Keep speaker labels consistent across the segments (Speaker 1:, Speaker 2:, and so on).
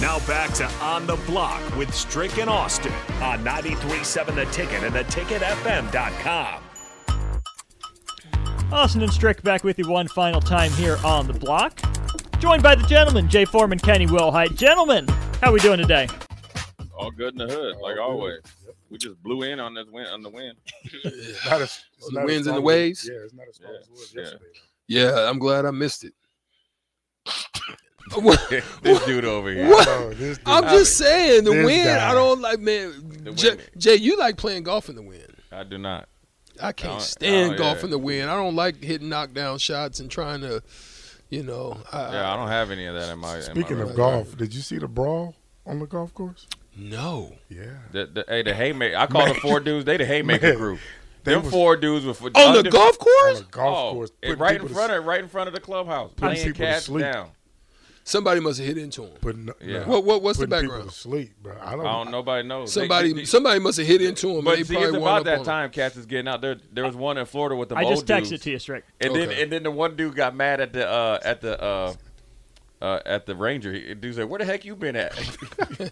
Speaker 1: Now back to On the Block with Strick and Austin on 93.7 The Ticket and theticketfm.com.
Speaker 2: Austin and Strick back with you one final time here on the block. Joined by the gentlemen, Jay Foreman, Kenny Wilhite. Gentlemen, how we doing today?
Speaker 3: All good in the hood, like always. We just blew in on this win on the win.
Speaker 4: It's not as, it's
Speaker 5: The
Speaker 4: not as
Speaker 5: winds
Speaker 4: strong
Speaker 5: and the
Speaker 4: as-
Speaker 5: waves.
Speaker 4: Yeah, it's not as strong
Speaker 3: Yeah,
Speaker 4: as it was
Speaker 3: yeah.
Speaker 4: yesterday.
Speaker 5: Yeah, I'm glad I missed it. What-
Speaker 6: this dude over here.
Speaker 5: What?
Speaker 4: No, this-
Speaker 3: Oh,
Speaker 4: this-
Speaker 5: I'm just saying the
Speaker 4: This
Speaker 5: wind.
Speaker 4: guy.
Speaker 5: I don't like man.
Speaker 3: The
Speaker 5: Jay,
Speaker 3: wind.
Speaker 5: Jay, you like playing golf in the wind.
Speaker 3: I do not.
Speaker 5: I can't
Speaker 3: Oh,
Speaker 5: stand
Speaker 3: oh,
Speaker 5: golf
Speaker 3: yeah.
Speaker 5: in the wind. I don't like hitting knockdown shots and trying to, you know. I,
Speaker 3: Yeah, I don't have any of that in my. in my
Speaker 4: Uh, Speaking of
Speaker 3: repertoire.
Speaker 4: golf, did you see the brawl on the golf course?
Speaker 5: no.
Speaker 4: Yeah.
Speaker 3: the, the, hey, the haymaker. I call the four dudes. They the haymaker
Speaker 4: Man.
Speaker 3: group.
Speaker 4: They
Speaker 3: Them
Speaker 4: was-
Speaker 3: four dudes were for,
Speaker 5: On the
Speaker 3: under-
Speaker 5: golf
Speaker 4: On
Speaker 5: course,
Speaker 4: the golf
Speaker 3: Oh,
Speaker 4: course.
Speaker 3: it-
Speaker 4: putting
Speaker 3: right
Speaker 4: people
Speaker 3: in
Speaker 4: to
Speaker 3: front
Speaker 4: s-
Speaker 3: of right in front of the clubhouse, playing
Speaker 4: people to
Speaker 3: cats
Speaker 4: sleep.
Speaker 3: down.
Speaker 5: somebody must have hit into him.
Speaker 4: Putting,
Speaker 3: Yeah.
Speaker 4: no,
Speaker 5: What? What? What's the
Speaker 4: putting people
Speaker 5: background?
Speaker 4: to sleep, bro. I
Speaker 3: I
Speaker 4: don't,
Speaker 3: don't. Nobody knows. They-
Speaker 5: Somebody.
Speaker 3: they- they-
Speaker 5: somebody must have hit into him. and they
Speaker 3: But see,
Speaker 5: probably
Speaker 3: it's
Speaker 5: wound
Speaker 3: about
Speaker 5: up
Speaker 3: that
Speaker 5: on
Speaker 3: time cats is getting out. There, there was one in Florida with the
Speaker 2: I just texted
Speaker 3: dudes.
Speaker 2: to you, Strick.
Speaker 3: And then
Speaker 5: Okay.
Speaker 3: and then the one dude got mad at the uh, at the uh, uh, at the ranger. He, dude said, "Where the heck you been at?"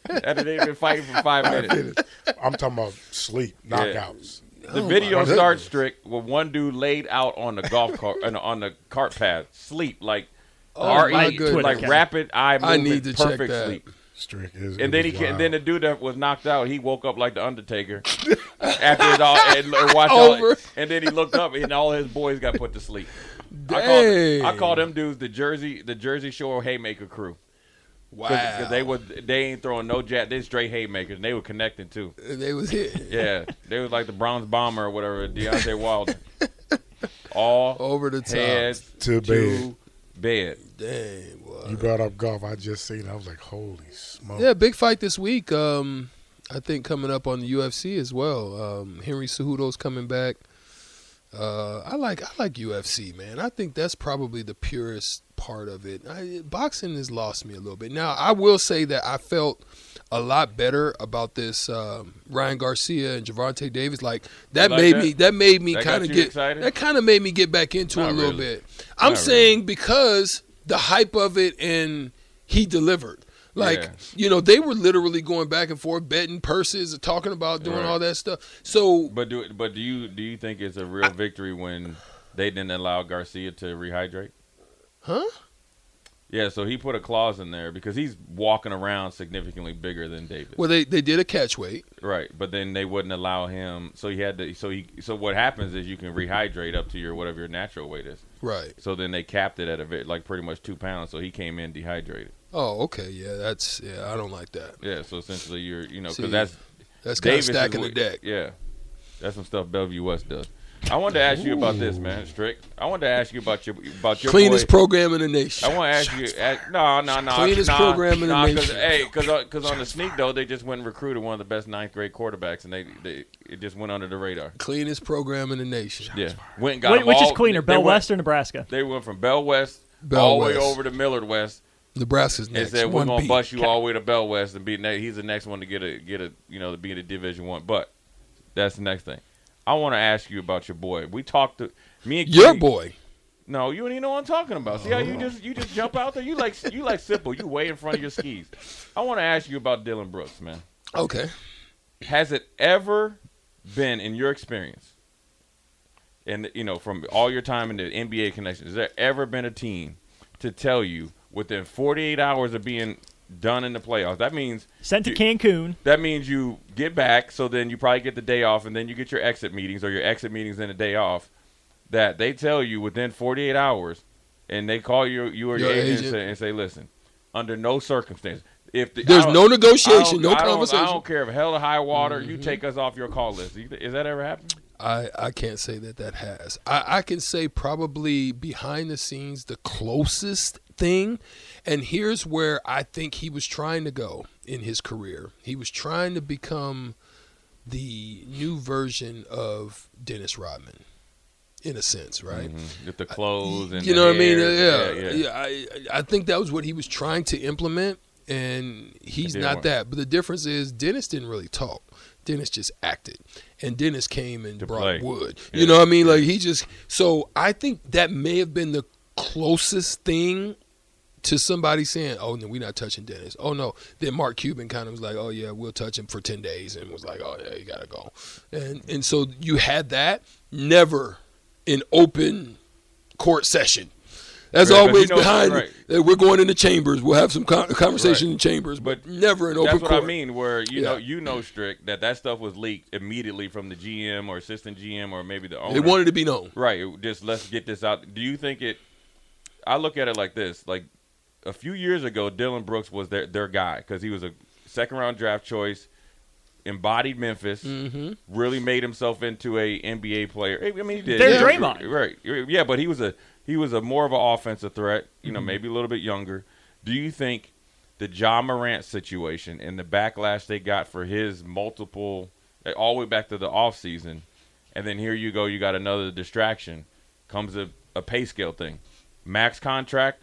Speaker 3: After they've been fighting for five minutes.
Speaker 4: I'm talking about sleep, knockouts.
Speaker 5: Oh
Speaker 3: The video
Speaker 4: my
Speaker 3: starts
Speaker 4: goodness.
Speaker 3: strict with one dude laid out on the golf cart on, the- on the cart path, sleep like
Speaker 5: Oh my
Speaker 3: RE,
Speaker 5: goodness.
Speaker 3: like
Speaker 2: Twitter.
Speaker 3: rapid eye
Speaker 5: I
Speaker 3: movement,
Speaker 5: need to check
Speaker 3: perfect
Speaker 5: that.
Speaker 3: sleep.
Speaker 4: Strick is.
Speaker 3: And then he can, then the dude that was knocked out, he woke up like the Undertaker after it all and, and watched all.
Speaker 5: Over.
Speaker 3: And then he looked up and all his boys got put to sleep. I
Speaker 5: Dang.
Speaker 3: call I call them dudes the Jersey the Jersey Shore Haymaker crew.
Speaker 5: Wow.
Speaker 3: Cause, 'cause they was they ain't throwing no jab, they straight haymakers. And they were connecting too.
Speaker 5: And they was hit
Speaker 3: Yeah, they was like the Bronze Bomber or whatever, Deontay Wilder. All
Speaker 5: over the top.
Speaker 3: heads
Speaker 4: To bed.
Speaker 3: bed.
Speaker 5: Dang. boy.
Speaker 4: You brought up golf. I just seen. it. I was like, holy smoke.
Speaker 5: Yeah, big fight this week. Um, I think coming up on the UFC as well. Um, Henry Cejudo's coming back. Uh, I like I like UFC, man. I think that's probably the purest part of it. I, boxing has lost me a little bit. Now I will say that I felt a lot better about this um, Ryan Garcia and Javante Davis. Like that
Speaker 3: like
Speaker 5: made
Speaker 3: that?
Speaker 5: me that made me
Speaker 3: That got
Speaker 5: kind of
Speaker 3: you
Speaker 5: get
Speaker 3: excited?
Speaker 5: that kind of made me get back into it
Speaker 3: Not
Speaker 5: a little
Speaker 3: really.
Speaker 5: bit. I'm
Speaker 3: Not really.
Speaker 5: saying because the hype of it and he delivered. Like
Speaker 3: Yeah.
Speaker 5: you know, they were literally going back and forth, betting purses, talking about doing
Speaker 3: Right.
Speaker 5: all that stuff. So
Speaker 3: But do but do you do you think it's a real victory when they didn't allow Garcia to rehydrate?
Speaker 5: Huh?
Speaker 3: Yeah, so he put a clause in there because he's walking around significantly bigger than Davis.
Speaker 5: well, they they did a catch weight.
Speaker 3: Right, but then they wouldn't allow him, so he had to. So he so what happens is you can rehydrate up to your whatever your natural weight is.
Speaker 5: Right.
Speaker 3: So then they capped it at a bit, like pretty much two pounds. So he came in dehydrated.
Speaker 5: Oh, okay. Yeah, that's yeah. I don't like that.
Speaker 3: Yeah, so essentially you're you know
Speaker 5: See,
Speaker 3: because that's
Speaker 5: That's kind of
Speaker 3: Davis
Speaker 5: stacking
Speaker 3: is
Speaker 5: the
Speaker 3: what-
Speaker 5: deck.
Speaker 3: Yeah, that's some stuff Bellevue West does. I wanted to ask you about this, man, Strick. I wanted to ask you about your about your
Speaker 5: Cleanest
Speaker 3: boy-
Speaker 5: program in the nation.
Speaker 3: I want to ask you. Ask, no, no, no.
Speaker 5: Cleanest
Speaker 3: nah,
Speaker 5: program in the
Speaker 3: nah, Cause,
Speaker 5: nation.
Speaker 3: hey, because on the sneak though, they just went and recruited one of the best ninth grade quarterbacks, and they, they it just went under the radar.
Speaker 5: Cleanest program in the nation.
Speaker 3: Yeah, went and got
Speaker 2: Which,
Speaker 3: them
Speaker 2: which is
Speaker 3: all-
Speaker 2: cleaner,
Speaker 3: they
Speaker 2: Bell
Speaker 3: went-
Speaker 2: West or Nebraska?
Speaker 3: They went from Bell West
Speaker 5: Bell
Speaker 3: all the way
Speaker 5: West.
Speaker 3: over to Millard West,
Speaker 5: Nebraska's next.
Speaker 3: and said we're
Speaker 5: One
Speaker 3: gonna
Speaker 5: B.
Speaker 3: bust you all the way to Bell West and be next. He's the next one to get a get a you know to be in a Division One. But that's the next thing. I want to ask you about your boy. We talked to me and
Speaker 5: Your
Speaker 3: Keith-
Speaker 5: boy. Oh.
Speaker 3: no, you don't even know what I'm talking about. See how you just you just jump out there? You like you like simple. You way in front of your skis. I want to ask you about Dylan Brooks, man.
Speaker 5: Okay.
Speaker 3: Has it ever been in your experience, and you know from all your time in the NBA connection, has there ever been a team to tell you within 48 hours of being done in the playoffs? That means
Speaker 2: Sent to
Speaker 3: You-
Speaker 2: Cancun.
Speaker 3: that means you get back, so then you probably get the day off, and then you get your exit meetings or your exit meetings and a day off. That they tell you within 48 hours, and they call you you or your,
Speaker 5: Your
Speaker 3: agent,
Speaker 5: agent.
Speaker 3: and say, "Listen, under no circumstance, if the,
Speaker 5: There's
Speaker 3: I don't-
Speaker 5: no
Speaker 3: I
Speaker 5: negotiation,
Speaker 3: don't-
Speaker 5: no
Speaker 3: I don't-
Speaker 5: conversation. Mm-hmm.
Speaker 3: I don't care if hell or high water, you take us off your call list. You- Is that ever happened?
Speaker 5: I, I can't say that that has. I, I can say probably behind the scenes, the closest thing. And here's where I think he was trying to go in his career. He was trying to become the new version of Dennis Rodman, in a sense, right?
Speaker 3: Mm-hmm. With the clothes and
Speaker 5: you
Speaker 3: the
Speaker 5: know what I mean?
Speaker 3: hair,
Speaker 5: Yeah, yeah. I I think that was what he was trying to implement, and he's
Speaker 3: didn't
Speaker 5: not
Speaker 3: work.
Speaker 5: that. But the difference is Dennis didn't really talk. Dennis just acted, and Dennis came and
Speaker 3: To
Speaker 5: brought
Speaker 3: play.
Speaker 5: wood.
Speaker 3: Yeah.
Speaker 5: You know what I mean? Like he just. So I think that may have been the closest thing to somebody saying, "Oh no, we're not touching Dennis." Oh no, then Mark Cuban kind of was like, "Oh yeah, we'll touch him for ten days," and was like, "Oh yeah, you gotta go," and and so you had that never in open court session. That's
Speaker 3: Right, but
Speaker 5: always
Speaker 3: you know-
Speaker 5: behind.
Speaker 3: right.
Speaker 5: that We're going into chambers. We'll have some con- conversation in chambers, but
Speaker 3: But
Speaker 5: never in open
Speaker 3: That's
Speaker 5: court.
Speaker 3: what I mean. Where you know
Speaker 5: Yeah.
Speaker 3: you know strict that that stuff was leaked immediately from the GM or assistant GM or maybe the owner.
Speaker 5: They wanted to be known.
Speaker 3: Right. it- Just let's get this out. Do you think it? I look at it like this: like a few years ago, Dylan Brooks was their their guy because he was a second round draft choice, embodied Memphis,
Speaker 2: Mm-hmm.
Speaker 3: really made himself into a NBA player. I mean, he did.
Speaker 2: They're
Speaker 3: Yeah.
Speaker 2: Draymond.
Speaker 3: right? Yeah, but he was a he was a more of an offensive threat. You
Speaker 2: Mm-hmm.
Speaker 3: know, maybe a little bit younger. Do you think the John Morant situation and the backlash they got for his multiple, like, all the way back to the offseason, and then here you go, you got another distraction. Comes a, a pay scale thing. Max contract,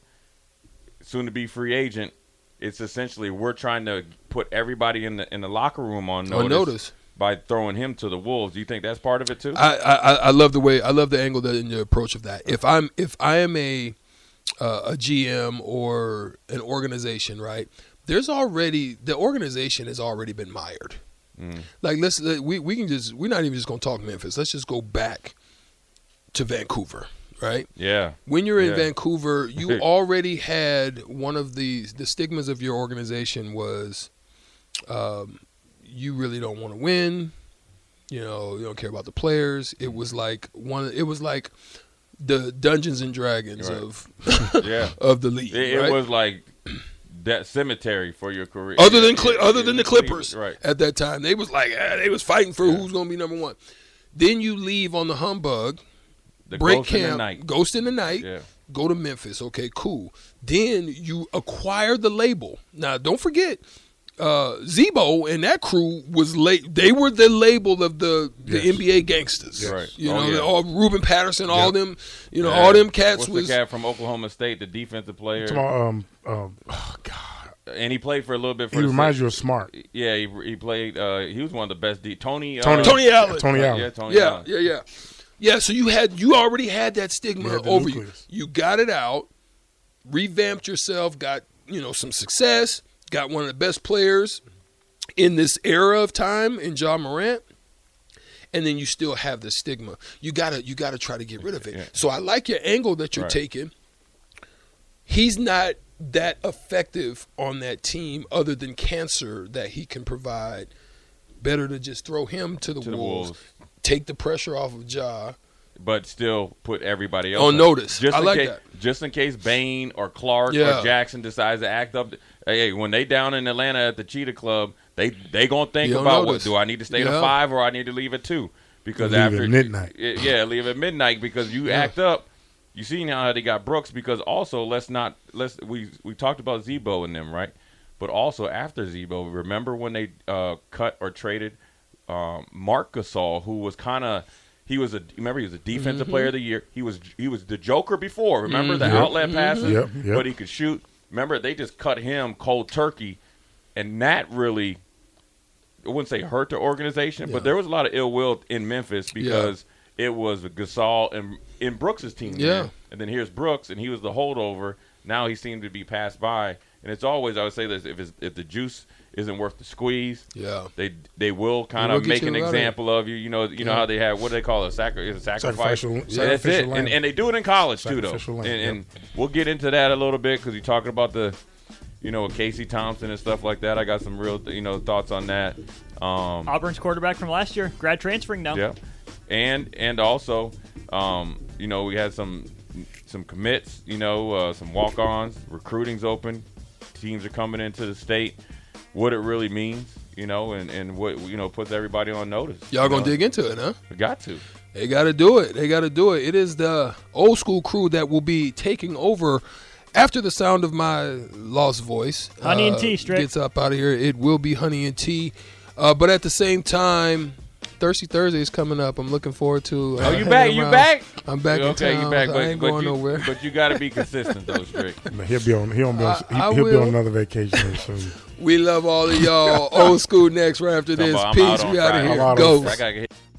Speaker 3: soon to be free agent. It's essentially we're trying to put everybody in the in the locker room on notice,
Speaker 5: On notice.
Speaker 3: by throwing him to the wolves. Do you think that's part of it too?
Speaker 5: I, I I- I love the way I love the angle that and the approach of that. If I'm if I am a uh, a GM or an organization, right? There's already the organization has already been mired.
Speaker 3: Mm.
Speaker 5: Like let's let- we we can just we're not even just gonna talk Memphis. Let's just go back to Vancouver, right?
Speaker 3: yeah.
Speaker 5: When you're in
Speaker 3: Yeah.
Speaker 5: Vancouver, you already had one of the the stigmas of your organization was um, you really don't want to win. You know, you don't care about the players. It was like one. It was like the Dungeons and Dragons
Speaker 3: Right.
Speaker 5: of
Speaker 3: Yeah.
Speaker 5: of the league.
Speaker 3: It, it
Speaker 5: right?
Speaker 3: was like that cemetery for your career.
Speaker 5: other than
Speaker 3: Yeah,
Speaker 5: Cle-
Speaker 3: yeah,
Speaker 5: other
Speaker 3: yeah,
Speaker 5: than the
Speaker 3: Cleveland,
Speaker 5: Clippers
Speaker 3: Right.
Speaker 5: at that time. They was like ah, they was fighting for who's going to be number one. Then you leave on the humbug,
Speaker 3: The
Speaker 5: break
Speaker 3: ghost in
Speaker 5: camp,
Speaker 3: the night.
Speaker 5: ghost in the night.
Speaker 3: Yeah.
Speaker 5: Go to Memphis, okay, cool. Then you acquire the label. Now don't forget, uh, Zebo and that crew was late. They were the label of the the
Speaker 4: Yes.
Speaker 5: NBA gangsters.
Speaker 3: Yes. Right.
Speaker 5: You
Speaker 3: Oh,
Speaker 5: know,
Speaker 3: yeah.
Speaker 5: all Ruben Patterson, all them. You know,
Speaker 3: Yeah.
Speaker 5: all them cats
Speaker 3: What's
Speaker 5: was
Speaker 3: the cat from Oklahoma State, the defensive player,
Speaker 4: Come on, um, um, oh God,
Speaker 3: and he played for a little bit. For
Speaker 4: he
Speaker 3: the
Speaker 4: reminds
Speaker 3: Sixers.
Speaker 4: you of Smart.
Speaker 3: Yeah, he, he played. Uh, he was one of the best. De- Tony. uh,
Speaker 4: Tony-
Speaker 5: Tony Allen.
Speaker 4: Tony Allen.
Speaker 3: Yeah, Tony.
Speaker 5: yeah,
Speaker 3: Allen.
Speaker 5: yeah, yeah, yeah. So you had you already had that stigma
Speaker 4: You had the
Speaker 5: over
Speaker 4: nucleus.
Speaker 5: you. You got it out, revamped yourself, got you know some success, got one of the best players in this era of time in John Morant, and then you still have the stigma. You gotta you gotta try to get rid of it.
Speaker 3: Yeah.
Speaker 5: So I like your angle that you're
Speaker 3: Right.
Speaker 5: taking. He's not that effective on that team other than cancer that he can provide. Better to just throw him to the,
Speaker 3: To the
Speaker 5: wolves,
Speaker 3: Wolves.
Speaker 5: take the pressure off of Ja.
Speaker 3: but still put everybody else
Speaker 5: On
Speaker 3: up.
Speaker 5: notice. I
Speaker 3: in
Speaker 5: like
Speaker 3: case,
Speaker 5: that.
Speaker 3: Just in case Bain or Clark
Speaker 5: Yeah.
Speaker 3: or Jackson decides to act up. Hey, when they down in Atlanta at the Cheetah Club, they they gonna think
Speaker 5: You don't
Speaker 3: about
Speaker 5: notice.
Speaker 3: what do I need to stay
Speaker 5: Yeah.
Speaker 3: to five or I need to leave at two because
Speaker 4: Leave at
Speaker 3: after
Speaker 4: midnight.
Speaker 3: Y- yeah, leave at midnight because you act up. You see now how they got Brooks because also let's not let's we we talked about Zebo and them right, but also after Zebo, remember when they uh, cut or traded um, Mark Gasol, who was kind of he was a remember he was a defensive player of
Speaker 4: Mm-hmm.
Speaker 3: the year. He was he was the Joker before. Remember the
Speaker 4: Yep.
Speaker 3: outlet passes,
Speaker 4: Mm-hmm. Yep, yep.
Speaker 3: but he could shoot. Remember they just cut him cold turkey, and that really I wouldn't say hurt the organization,
Speaker 5: Yeah.
Speaker 3: but there was a lot of ill will in Memphis because it was Gasol and in Brooks's team. man.
Speaker 5: Yeah.
Speaker 3: And then here's Brooks, and he was the holdover. Now he seemed to be passed by. And it's always I would say this if it's, if the juice isn't worth the squeeze,
Speaker 5: Yeah.
Speaker 3: they they will kind
Speaker 5: will
Speaker 3: of
Speaker 5: get
Speaker 3: make
Speaker 5: you
Speaker 3: an
Speaker 5: out of it.
Speaker 3: example of you. You know you know
Speaker 5: Yeah.
Speaker 3: how they have what do they call it? Sacri- is it sacrifice.
Speaker 4: Sacrificial-
Speaker 3: Yeah, that's it.
Speaker 4: sacrificial
Speaker 3: And,
Speaker 4: lamb.
Speaker 3: and they do it in college too, though.
Speaker 4: Sacrificial
Speaker 3: And,
Speaker 4: lamb,
Speaker 3: and we'll get into that a little bit because you're talking about the you know with Casey Thompson and stuff like that. I got some real you know thoughts on that. Um,
Speaker 2: Auburn's quarterback from last year, grad transferring now.
Speaker 3: yeah, and and also, um, you know, we had some some commits, you know, uh, some walk-ons. Recruiting's open. Teams are coming into the state. What it really means, you know, and and what you know puts everybody on notice.
Speaker 5: Y'all
Speaker 3: you
Speaker 5: gonna
Speaker 3: know?
Speaker 5: dig into it, huh?
Speaker 3: We got to.
Speaker 5: They gotta do it. They gotta do it. It is the old school crew that will be taking over after the sound of my lost voice. Uh,
Speaker 2: Honey and Tea, Strick.
Speaker 5: gets up out of here. It will be honey and tea, uh, but at the same time, Thirsty Thursday is coming up. I'm looking forward to. Uh,
Speaker 3: Oh, you
Speaker 5: hanging
Speaker 3: back? You
Speaker 5: around.
Speaker 3: back?
Speaker 5: I'm back. in
Speaker 3: okay,
Speaker 5: town.
Speaker 3: you back,
Speaker 5: I
Speaker 3: but,
Speaker 5: ain't
Speaker 3: but
Speaker 5: going
Speaker 3: you,
Speaker 5: nowhere.
Speaker 3: but you got to be consistent though, Strick.
Speaker 4: No, He'll be on. He'll be on.
Speaker 5: I- I
Speaker 4: he, will be on
Speaker 5: will.
Speaker 4: another vacation here soon.
Speaker 5: We love all of y'all. old school next right after
Speaker 3: Talking
Speaker 5: this.
Speaker 3: about I'm
Speaker 5: Peace.
Speaker 3: out on
Speaker 5: we out
Speaker 3: Friday.
Speaker 4: I'm
Speaker 5: of here.
Speaker 4: out on
Speaker 5: Ghost.
Speaker 3: I gotta get-